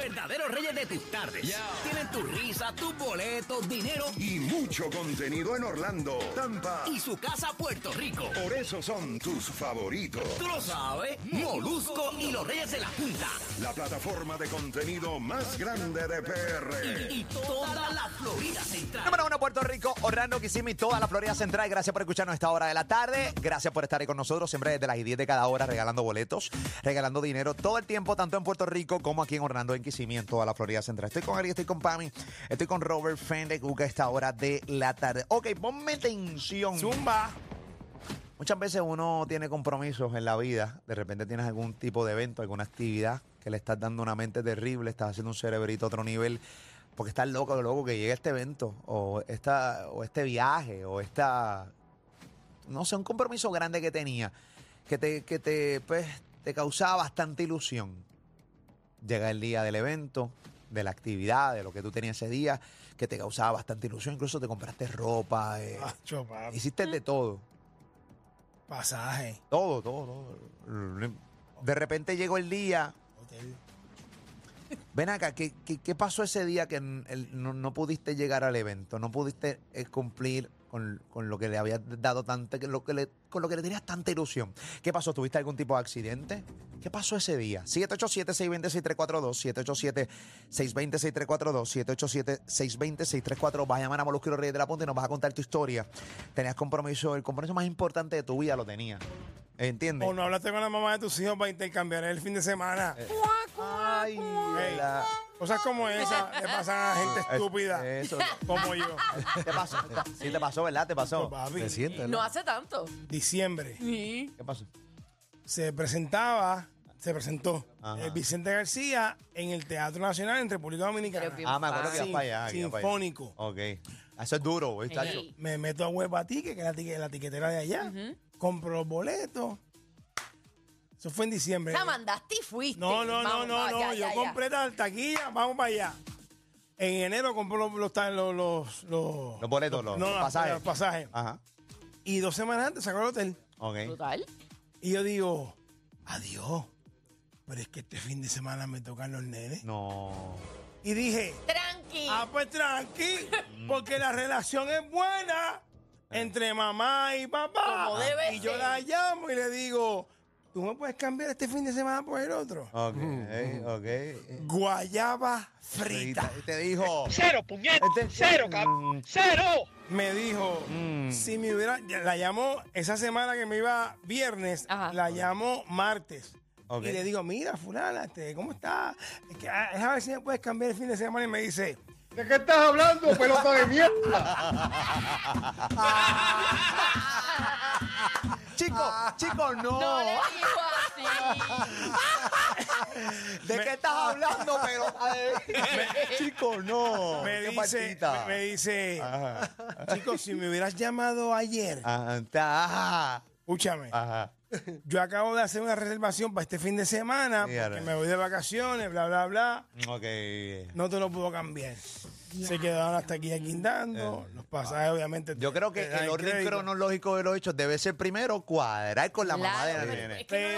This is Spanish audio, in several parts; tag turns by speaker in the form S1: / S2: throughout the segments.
S1: Verdaderos reyes de tus tardes. Tienen tu risa, tus boletos, dinero
S2: y mucho contenido en Orlando, Tampa.
S1: y su casa a Puerto Rico.
S2: Por eso son tus favoritos.
S1: Tú lo sabes, Molusco y los Reyes de la Punta.
S2: La plataforma de contenido más grande de PR.
S1: Y toda la Florida Central.
S3: Número uno, Puerto Rico, Orlando, Kissimmee, toda la Florida Central. Gracias por escucharnos a esta hora de la tarde. Gracias por estar ahí con nosotros, siempre desde las 10 de cada hora, regalando boletos, regalando dinero todo el tiempo, tanto en Puerto Rico como aquí en Orlando, en Kissimmee, en toda la Florida Central. Estoy con Ari, estoy con Pami, estoy con Robert Fende Cuca a esta hora de la tarde. Ok, ponme tensión.
S4: Zumba.
S3: Muchas veces uno tiene compromisos en la vida. De repente tienes algún tipo de evento, alguna actividad que le estás dando una mente terrible, estás haciendo un cerebrito a otro nivel, porque estás loco, loco que llegue este evento, o, esta, o este viaje, o esta. No sé, un compromiso grande que tenía, que te, que te, pues, te causaba bastante ilusión. Llega el día del evento, de la actividad, de lo que tú tenías ese día, que te causaba bastante ilusión. Incluso te compraste ropa, eh,
S4: Acho, pa-
S3: hiciste de todo.
S4: pasaje,
S3: Todo, todo, todo. De repente llegó el día.
S4: hotel.
S3: Ven acá, ¿qué, qué, qué pasó ese día que n- el- no, no pudiste llegar al evento? No pudiste eh, cumplir con, con lo que le habías dado tanta, que lo que le- con lo que le tenías tanta ilusión. ¿Qué pasó? ¿Tuviste algún tipo de accidente? ¿Qué pasó ese día? 787-620-6342, 787-620-6342, 787-620-6342. Vas a llamar a Molusco y los Reyes de la Punta y nos vas a contar tu historia. Tenías compromiso, el compromiso más importante de tu vida lo tenías. ¿Entiendes?
S4: O no hablaste con la mamá de tus hijos para intercambiar el fin de semana.
S3: Eh. Ay,
S4: Ey,
S3: la-
S4: Cosas como esas le pasan a gente estúpida
S3: Eso.
S4: como yo.
S3: ¿Te pasó? Sí, te pasó, ¿verdad? Te pasó.
S4: Papi,
S5: No hace tanto.
S4: diciembre
S3: ¿Qué pasó?
S4: se presentaba, se presentó
S3: Ajá.
S4: eh, Vicente García en el Teatro Nacional en República Dominicana.
S5: Pero bien
S3: Ah, me acuerdo que ibas
S4: Sin-
S3: para allá. que ibas para allá.
S4: sinfónico.
S3: Ok. Ah, Eso es duro, güey, tacho.
S5: Ey.
S4: Me meto a Web a Ticket, que es la, tique- la tiquetera de allá. Compro los boletos. Eso fue en diciembre.
S5: La mandaste y fuiste.
S4: No, no, no,
S5: Vamos,
S4: no,
S5: va,
S4: no.
S5: ya,
S4: Yo
S5: ya, ya.
S4: compré la taquilla, vamos para allá. En enero compré los, los, ta- los, los, los-
S3: Los boletos, los,
S4: no,
S3: los
S4: las-
S3: pasajes. Ah.
S4: los pasajes.
S3: Ajá.
S4: Y dos semanas antes sacó el hotel.
S3: Ok.
S5: Total.
S4: Y yo digo, adiós. Pero es que este fin de semana me tocan los nenes.
S3: No.
S4: Y dije,
S5: Tranqui.
S4: ah, pues tranqui, porque la relación es buena entre mamá y papá.
S5: Como debe
S4: y yo
S5: ser.
S4: la llamo y le digo, ¿tú me puedes cambiar este fin de semana por el otro?
S3: Ok, ok.
S4: Guayaba frita.
S3: Y te dijo.
S6: Cero, puñet.
S3: Este-
S6: Cero, cabrón. Cero.
S4: me dijo, si me hubiera, la llamó esa semana que me iba viernes,
S5: Ajá.
S4: la llamó martes.
S3: Ok.
S4: Y le digo, mira, fulana, este, ¿cómo estás? Es que, ah, déjame ver si me puedes cambiar el fin de semana. Y me dice,
S7: ¿De qué estás hablando, pelota de mierda?
S3: Chicos, chicos, no.
S5: No le digo así.
S3: ¿De qué estás hablando, pero? Chicos, no.
S4: me
S3: Qué
S4: dice,
S3: partita.
S4: me dice,
S3: Ajá. Ah.
S4: chicos, si me hubieras llamado ayer,
S3: Ajá, Ajá.
S4: escúchame,
S3: Ajá.
S4: yo acabo de hacer una reservación para este fin de semana,
S3: Sí, ahora.
S4: porque me voy de vacaciones, bla, bla, bla.
S3: Ok.
S4: No te lo puedo cambiar. Se quedaron hasta aquí guindando. los pasajes, obviamente. te-
S3: Eh. Yo creo que
S4: te dan
S3: el orden
S4: crédito.
S3: cronológico de los hechos debe ser primero cuadrar con la mamá de la
S5: Claro,
S3: nene.
S5: es que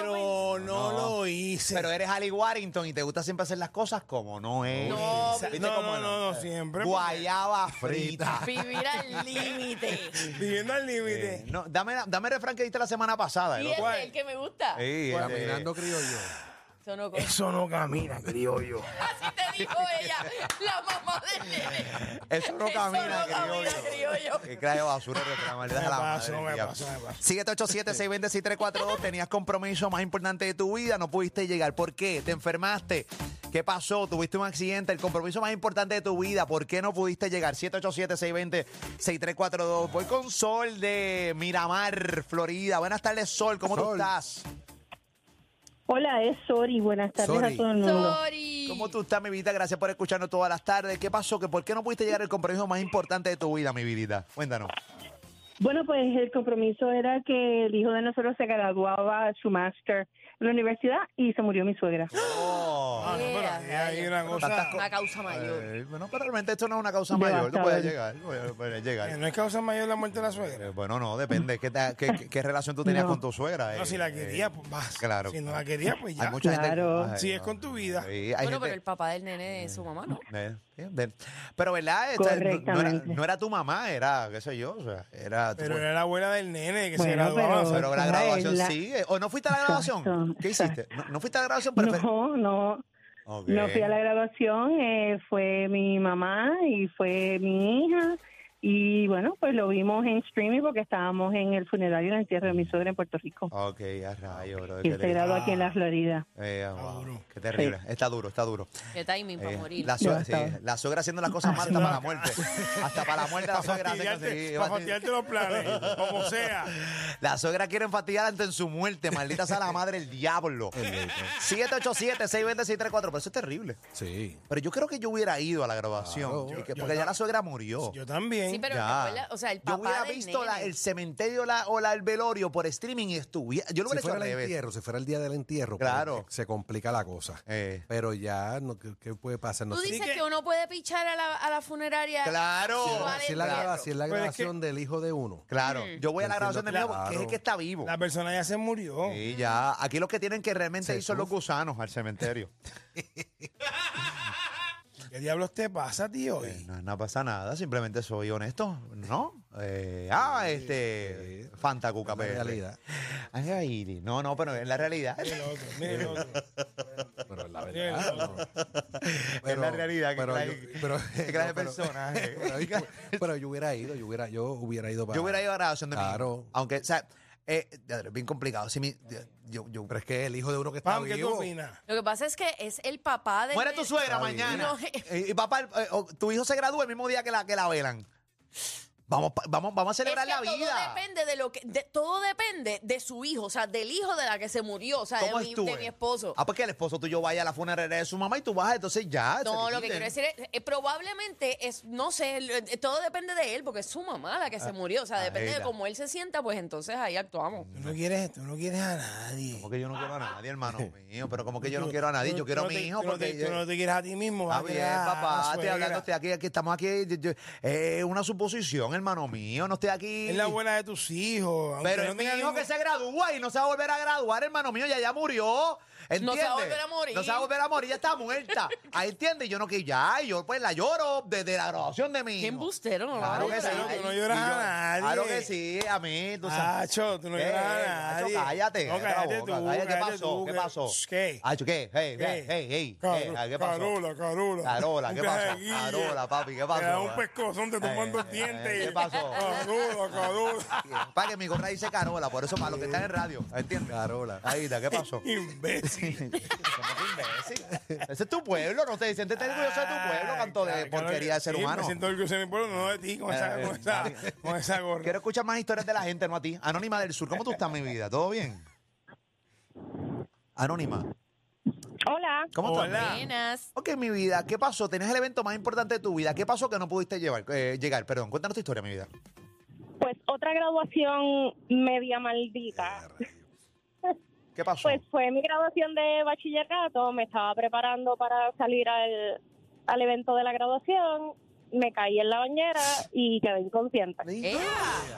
S4: Pero
S5: no lo
S4: no,
S3: No.
S4: lo hice.
S3: Pero eres Ali Warrington y te gusta siempre hacer las cosas como no es.
S5: No,
S3: ¿Viste
S4: no,
S3: cómo
S4: no, no, no, siempre.
S3: Guayaba frita.
S5: puedes Vivir al límite.
S4: Viviendo al límite.
S3: Eh, no, dame, dame el refrán que diste la semana pasada.
S5: Y
S3: el
S5: ese
S3: otro.
S5: es el que me gusta.
S3: Sí, el de-
S5: Eso no coge.
S4: Eso no camina, criollo.
S5: Así te dijo ella, la mamá del nene.
S3: Eso no camina, criollo.
S5: camina,
S3: Eh,
S5: criollo.
S3: Que crea basura de la maldad de
S4: Me
S3: la
S4: paso,
S3: madre
S4: me
S3: mía.
S4: paso, me paso.
S3: 787-620-6342. Tenías compromiso más importante de tu vida, no pudiste llegar. ¿Por qué? ¿Te enfermaste? ¿Qué pasó? ¿Tuviste un accidente? El compromiso más importante de tu vida, ¿por qué no pudiste llegar? 787-620-6342. Voy con Sol de Miramar, Florida. Buenas tardes, Sol. ¿Cómo tú estás?
S8: Hola, es Sori. Buenas tardes
S4: Sori.
S8: a todo el mundo.
S5: Sorry.
S3: ¿Cómo tú estás, mi vida? Gracias por escucharnos todas las tardes. ¿Qué pasó? ¿Que ¿Por qué no pudiste llegar al compromiso más importante de tu vida, mi vidita? Cuéntanos.
S8: Bueno, pues el compromiso era que el hijo de nosotros se graduaba su máster en la universidad y se murió mi suegra.
S4: Ah, no, pero aquí hay una cosa.
S3: Tantas co-
S5: Una causa mayor.
S3: Eh, bueno, pero realmente esto no es una causa mayor. No puede
S8: Devastador.
S3: llegar. No puede- puede
S4: Eh,
S3: llegar.
S4: No es causa mayor la muerte de la suegra.
S3: Eh, Bueno, no, depende. ¿Qué, ta- qué, qué- qué relación tú tenías
S8: No.
S3: con tu suegra?
S4: No,
S3: eh?
S4: si la
S3: Eh,
S4: quería, pues vas.
S3: Claro.
S4: Si no la quería, pues
S3: Hay
S4: ya.
S3: mucha gente-
S8: Claro.
S3: ay,
S4: Si
S3: no.
S4: es con tu vida.
S3: Sí, hay
S5: Bueno,
S3: gente-
S5: pero el papá del nene es su mamá, ¿no?
S3: Eh, sí, de- Pero, ¿verdad? Esta- no- no, era,
S8: Correctamente.
S3: no era tu mamá, era, qué sé yo, o sea, era... tú-
S4: Pero era la abuela del nene que se
S8: Bueno,
S4: graduaba.
S8: pero-
S3: pero la
S8: Ay,
S3: graduación
S8: la-
S3: sigue. ¿O no fuiste a la graduación?
S8: Exacto,
S3: ¿Qué hiciste? ¿No, no fuiste a la graduación? Pero- pero-
S8: No, no,
S3: Ok.
S8: no fui a la graduación, eh, fue mi mamá y fue mi hija. Y bueno, pues lo vimos en streaming porque estábamos en el funerario en el entierro de mi suegra en Puerto Rico.
S3: Ok, a rayo, bro.
S8: Y se graduó aquí en la Florida.
S3: Eh, wow,
S4: duro.
S3: Qué terrible. Está duro, está duro.
S5: Qué timing para
S3: Eh,
S5: morir.
S3: la, suegra, sí,
S8: Devastado.
S3: la suegra haciendo las cosas mal hasta para la muerte. Hasta para la muerte la
S4: Para
S3: suegra. hace
S4: fastidiarte,
S3: conseguir-
S4: para fastidiarte los planes, como sea.
S3: La suegra quiere enfatizar antes en su muerte. Maldita sea la madre del diablo. 787-620-634. Pero eso es terrible.
S9: Sí.
S3: Pero yo creo que yo hubiera ido a la grabación. y que- porque ya la suegra murió.
S4: Yo también.
S5: Sí, pero
S3: Ya.
S5: recuerda, o sea, el
S3: Yo
S5: papá
S3: hubiera
S5: del
S3: visto la-
S5: nene.
S3: el cementerio la- o la- el velorio por streaming y estuviera. Yo lo
S9: Si
S3: hubiera hecho
S9: fuera
S3: al
S9: el
S3: revés.
S9: entierro, si fuera el día del entierro, pues,
S3: Claro.
S9: se complica la cosa.
S3: Eh.
S9: Pero ya, no, ¿qué, qué puede pasar? No
S5: Tú
S9: sé.
S5: dices
S4: que-
S5: que uno puede pichar a la, a la funeraria.
S3: Claro.
S5: igual
S9: Si es
S5: el
S9: la,
S5: entierro.
S9: grava- si es la
S4: Pero es
S9: grabación del hijo de uno.
S3: Claro. Yo voy a
S9: Entiendo
S3: la grabación de
S9: que-
S3: nuevo porque es el
S9: claro.
S3: que está vivo.
S4: La persona ya se murió.
S3: Sí, ya. Aquí los que tienen que realmente
S9: Se
S3: ir son los
S9: sufre.
S3: gusanos al cementerio.
S4: ¿Qué diablos te pasa, tío?
S3: Eh, No, no pasa nada, simplemente soy honesto, ¿no? Eh, ah, este. Fanta Cuca
S9: La
S3: PR.
S9: realidad.
S3: Ay, no, no, pero en la realidad.
S4: Mira el otro, mira el otro.
S9: Pero es la
S4: Mira el
S9: verdad.
S4: otro.
S3: es la realidad que
S9: pero
S3: trae-
S9: yo- pero-
S3: que trae
S9: no, pero-
S3: el personaje.
S9: pero, pero yo hubiera ido, yo hubiera, yo hubiera ido para.
S3: Yo hubiera ido a la grabación de mi
S9: Claro.
S3: hijo. Aunque, o sea, eh, es bien complicado. Si mi, yo, yo,
S9: Pero es que el hijo de uno que está
S4: Pam, ¿qué tú
S9: vivo.
S4: opinas?
S5: Lo que pasa es que es el papá del
S3: Muere
S5: nene.
S3: tu suegra
S9: Está
S3: mañana.
S5: bien.
S3: Eh, y papá, eh, o tu hijo se gradúa el mismo día que la, que la velan. Vamos, pa- vamos, vamos a
S5: Es que
S3: celebrar la
S5: todo
S3: vida.
S5: depende de lo que de- todo depende de su hijo, o sea, del hijo de la que se murió, o sea, de
S3: ¿Cómo
S5: mi,
S3: estuve?
S5: de mi esposo.
S3: Ah, porque el esposo tuyo vaya a la funeraria de su mamá y tú vas, entonces ya. se
S5: No, lo que
S3: quiten.
S5: quiero decir es, eh, probablemente es, no sé, lo- eh, todo depende de él, porque es su mamá la que
S3: Ah,
S5: se murió, o sea, depende de
S3: mira.
S5: cómo él se sienta, pues entonces ahí actuamos.
S4: Tú no quieres, tú no quieres a nadie.
S3: Como que yo no quiero a nadie, hermano mío. Pero como que yo no quiero a nadie,
S4: Tú-
S3: yo
S4: tú
S3: quiero a
S4: no
S3: mi
S4: te-
S3: hijo
S4: tú no te-
S3: porque.
S4: tú no te quieres a ti mismo.
S3: Está
S4: vas a
S3: bien,
S4: querer a la
S3: papá, estoy
S4: suegra.
S3: hablando, estoy aquí, aquí estamos aquí. yo- yo- eh, una suposición, hermano mío, no estoy aquí.
S4: Es la abuela de tus hijos. aunque
S3: Pero
S4: no
S3: es mi
S4: tenga
S3: hijo
S4: ningún-
S3: que se gradúa y no se va a volver a graduar, hermano mío, ya ya murió. ¿Entiendes?
S5: No se va a volver a morir.
S3: No se va a volver a morir, ya está muerta. Ahí entiende, yo no que ya, y yo pues la lloro desde la graduación de mi
S5: Qué
S3: hijo.
S5: embustero, no
S3: Claro que sí.
S4: Pero tú no
S3: Y
S4: lloras
S3: yo-
S4: a nadie.
S3: Claro que sí, a mí, tú sabes.
S4: Acho, Ah, tú no
S3: Eh,
S4: lloras a
S3: Nacho,
S4: nadie.
S3: cállate.
S4: No, cállate
S3: la boca,
S4: tú,
S3: cállate, ¿Qué
S4: cállate
S3: pasó?
S4: tú,
S3: ¿Qué
S4: que-
S3: pasó?
S4: ¿Qué?
S3: Acho, ¿qué? Hey, hey, hey, hey.
S4: Caru-
S3: hey, ¿Qué pasó?
S4: Carola, Carola.
S3: Carola,
S4: Un
S3: ¿qué pasó?
S4: cajeguille.
S3: Carola, papi, ¿qué pasó?
S4: Te da un pescozón, te tumban
S3: Eh,
S4: dos
S3: eh,
S4: dientes.
S3: ¿qué pasó?
S4: Carola, Carola.
S3: Para que mi gorra dice Carola, por eso para los que están en radio, ¿entiendes? Carola. Ahí está, ¿qué pasó?
S4: Imbécil.
S3: Somos imbéciles. Ese es tu pueblo, no te dicen, te orgulloso de tu pueblo, canto de
S4: Claro,
S3: porquería de ser
S4: sí,
S3: humano.
S4: Me siento orgulloso de mi pueblo, no de ti, con esa,
S3: Eh,
S4: con esa, con esa gorra.
S3: Quiero escuchar más historias de la gente, no a ti. Anónima del Sur, ¿cómo tú estás, mi vida? ¿Todo bien? Anónima,
S8: Hola,
S3: ¿cómo estás?
S4: Hola.
S5: Buenas.
S3: Ok, mi vida, ¿qué pasó? Tenías el evento más importante de tu vida. ¿Qué pasó que no pudiste llevar, eh, llegar? Perdón, cuéntanos tu historia, mi vida.
S8: pues otra graduación media maldita.
S3: ¿Qué pasó?
S8: Pues fue mi graduación de bachillerato, me estaba preparando para salir al, al evento de la graduación, me caí en la bañera y quedé inconsciente.
S5: ¡Ea!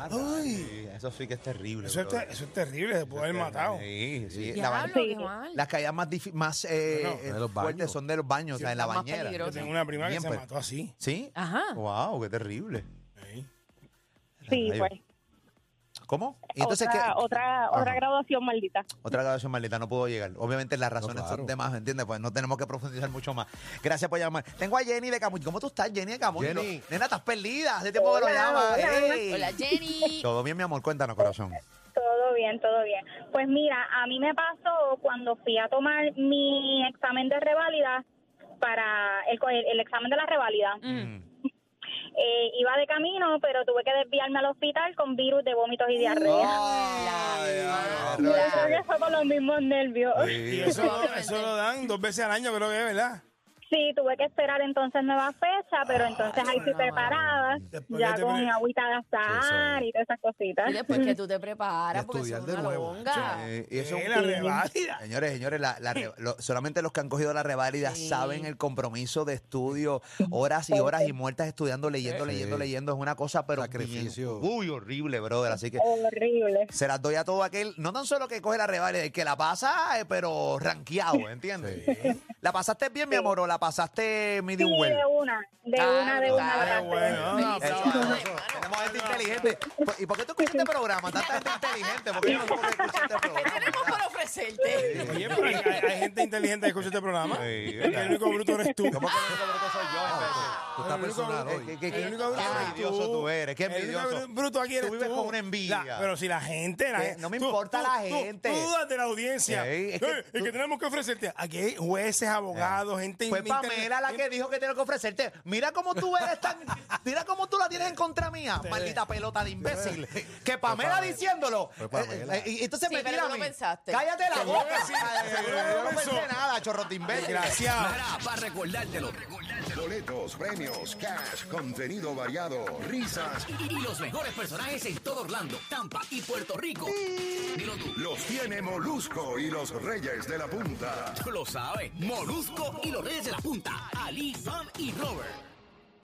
S3: Ay, eso sí que es terrible.
S4: Eso, es
S3: brother.
S4: te- eso es terrible, se puede haber matado.
S3: Sí, sí. La
S5: Diablo,
S3: bañera-
S5: qué
S8: Sí.
S5: mal.
S3: las caídas más, difi- más eh,
S4: No, no,
S3: eh,
S9: de los
S3: fuertes
S9: baños.
S3: son de los baños, o sea, en la
S5: las más
S3: bañera.
S4: Yo
S5: peligrosas.
S4: tengo una prima que
S3: Bien,
S4: se
S3: pues.
S4: mató así.
S3: ¿Sí?
S5: Ajá.
S3: Wow, qué terrible.
S8: Sí,
S3: Rayo.
S8: pues.
S3: ¿Cómo? Y
S8: otra,
S3: ¿qué?
S8: otra, otra
S3: Ajá.
S8: graduación maldita.
S3: Otra grabación maldita, no pudo llegar. Obviamente las razones son
S9: claro.
S3: de más, ¿entiendes? Pues no tenemos que profundizar mucho más. Gracias por llamar. Tengo a Jenny de Camuy. ¿Cómo tú estás, Jenny de Camuy?
S9: Jenny.
S3: Lo- Nena, estás perdida. Hace tiempo que no
S8: Hola,
S3: llamas.
S8: hola.
S3: Ey.
S5: Hola, Jenny.
S3: Todo bien, mi amor. Cuéntanos, corazón.
S8: Todo bien, todo bien. Pues mira, a mí me pasó cuando fui a tomar mi examen de reválida para el, co- el- el examen de la reválida.
S5: Mm.
S8: Eh, iba de camino, pero tuve que desviarme al hospital con virus de vómitos y diarrea.
S5: La
S8: Y yo creo
S5: madre.
S8: que fue por los mismos nervios.
S4: Y
S3: Ah. Sí.
S4: eso, lo- eso lo dan dos veces al año, creo que es, ¿verdad?
S8: Sí,
S10: Sí, tuve que esperar entonces nueva fecha,
S5: Ah,
S10: pero entonces ahí sí preparada,
S5: Después
S10: ya
S5: que te
S10: con
S5: pre-
S10: mi agüita de azahar y todas esas cositas.
S5: Y después que tú te preparas,
S3: Y
S5: porque eso
S3: estudiar
S5: es
S3: de
S5: una
S3: nuevo.
S5: longa.
S3: Eh, y eso es
S5: Sí,
S3: un-
S5: la reválida.
S3: Señores, señores, la- la re- lo- solamente los que han cogido la reválida
S5: Sí.
S3: saben el compromiso de estudio, horas y horas y muertas estudiando, leyendo,
S9: Sí.
S3: leyendo, leyendo. Es una cosa, pero Sacrificio. uy, horrible, brother. Así que
S10: Horrible.
S3: se las doy a todo aquel, no tan solo que coge la reválida, el que la pasa, eh, pero ranqueado, ¿entiendes? ¿La pasaste bien, mi amor, o la pasaste
S10: Sí,
S3: medium well?
S10: de una, de una,
S5: Ah,
S10: de
S3: Eh,
S10: una. la pasé.
S3: Eso, eso. Tenemos gente inteligente. ¿Y por qué tú escuchas este programa? Tanta gente inteligente. ¿Por qué no escuchas este
S5: Tenemos para ofrecerte.
S3: eh,
S4: Oye, pero hay, hay- hay gente inteligente que escucha este programa. el único bruto eres tú.
S3: ¿Cómo que el único bruto soy yo? Ah, Tú estás personal hoy. Qué- qué- qué-
S4: eh, El único bruto
S3: qué
S4: eres
S3: envidioso tú eres, qué
S4: El
S3: envidioso.
S4: único bruto aquí eres
S3: Tú vives con una envidia.
S4: La- pero si la gente... la
S3: Que
S4: gente-
S3: no me
S4: tú-
S3: importa
S4: tú-
S3: la
S4: tú-
S3: gente.
S4: Tú dudas de la audiencia.
S3: Ey,
S4: Eh,
S3: es
S4: Es
S3: que Eh.
S4: que, tenemos que ofrecerte... Aquí hay jueces, abogados, gente...
S3: Fue
S4: inter-
S3: Pues Pamela la que dijo que tiene que ofrecerte. Mira cómo tú eres tan. Mira cómo tú la tienes en contra mía, maldita pelota de imbécil.
S4: Pues
S3: Que Pamela diciéndolo.
S9: Fue Pamela.
S3: eh, eh, y entonces
S5: Sí,
S3: me
S5: pero
S3: tira
S5: tú
S3: a
S5: lo
S3: mí.
S5: pensaste.
S3: Cállate la
S5: Seguro
S3: boca.
S5: que sí.
S3: Seguro que no
S4: pensó.
S3: pensé nada, chorro de imbécil.
S1: Para, para recordártelo.
S2: Boletos, premios, cash, contenido variado, risas.
S1: Y los mejores personajes en todo Orlando, Tampa y Puerto Rico. Dilo tú.
S2: Los tiene Molusco y los Reyes de la Punta.
S1: Tú Lo sabe. Molusco y los Reyes de la Punta. Ali, Sam y Robert.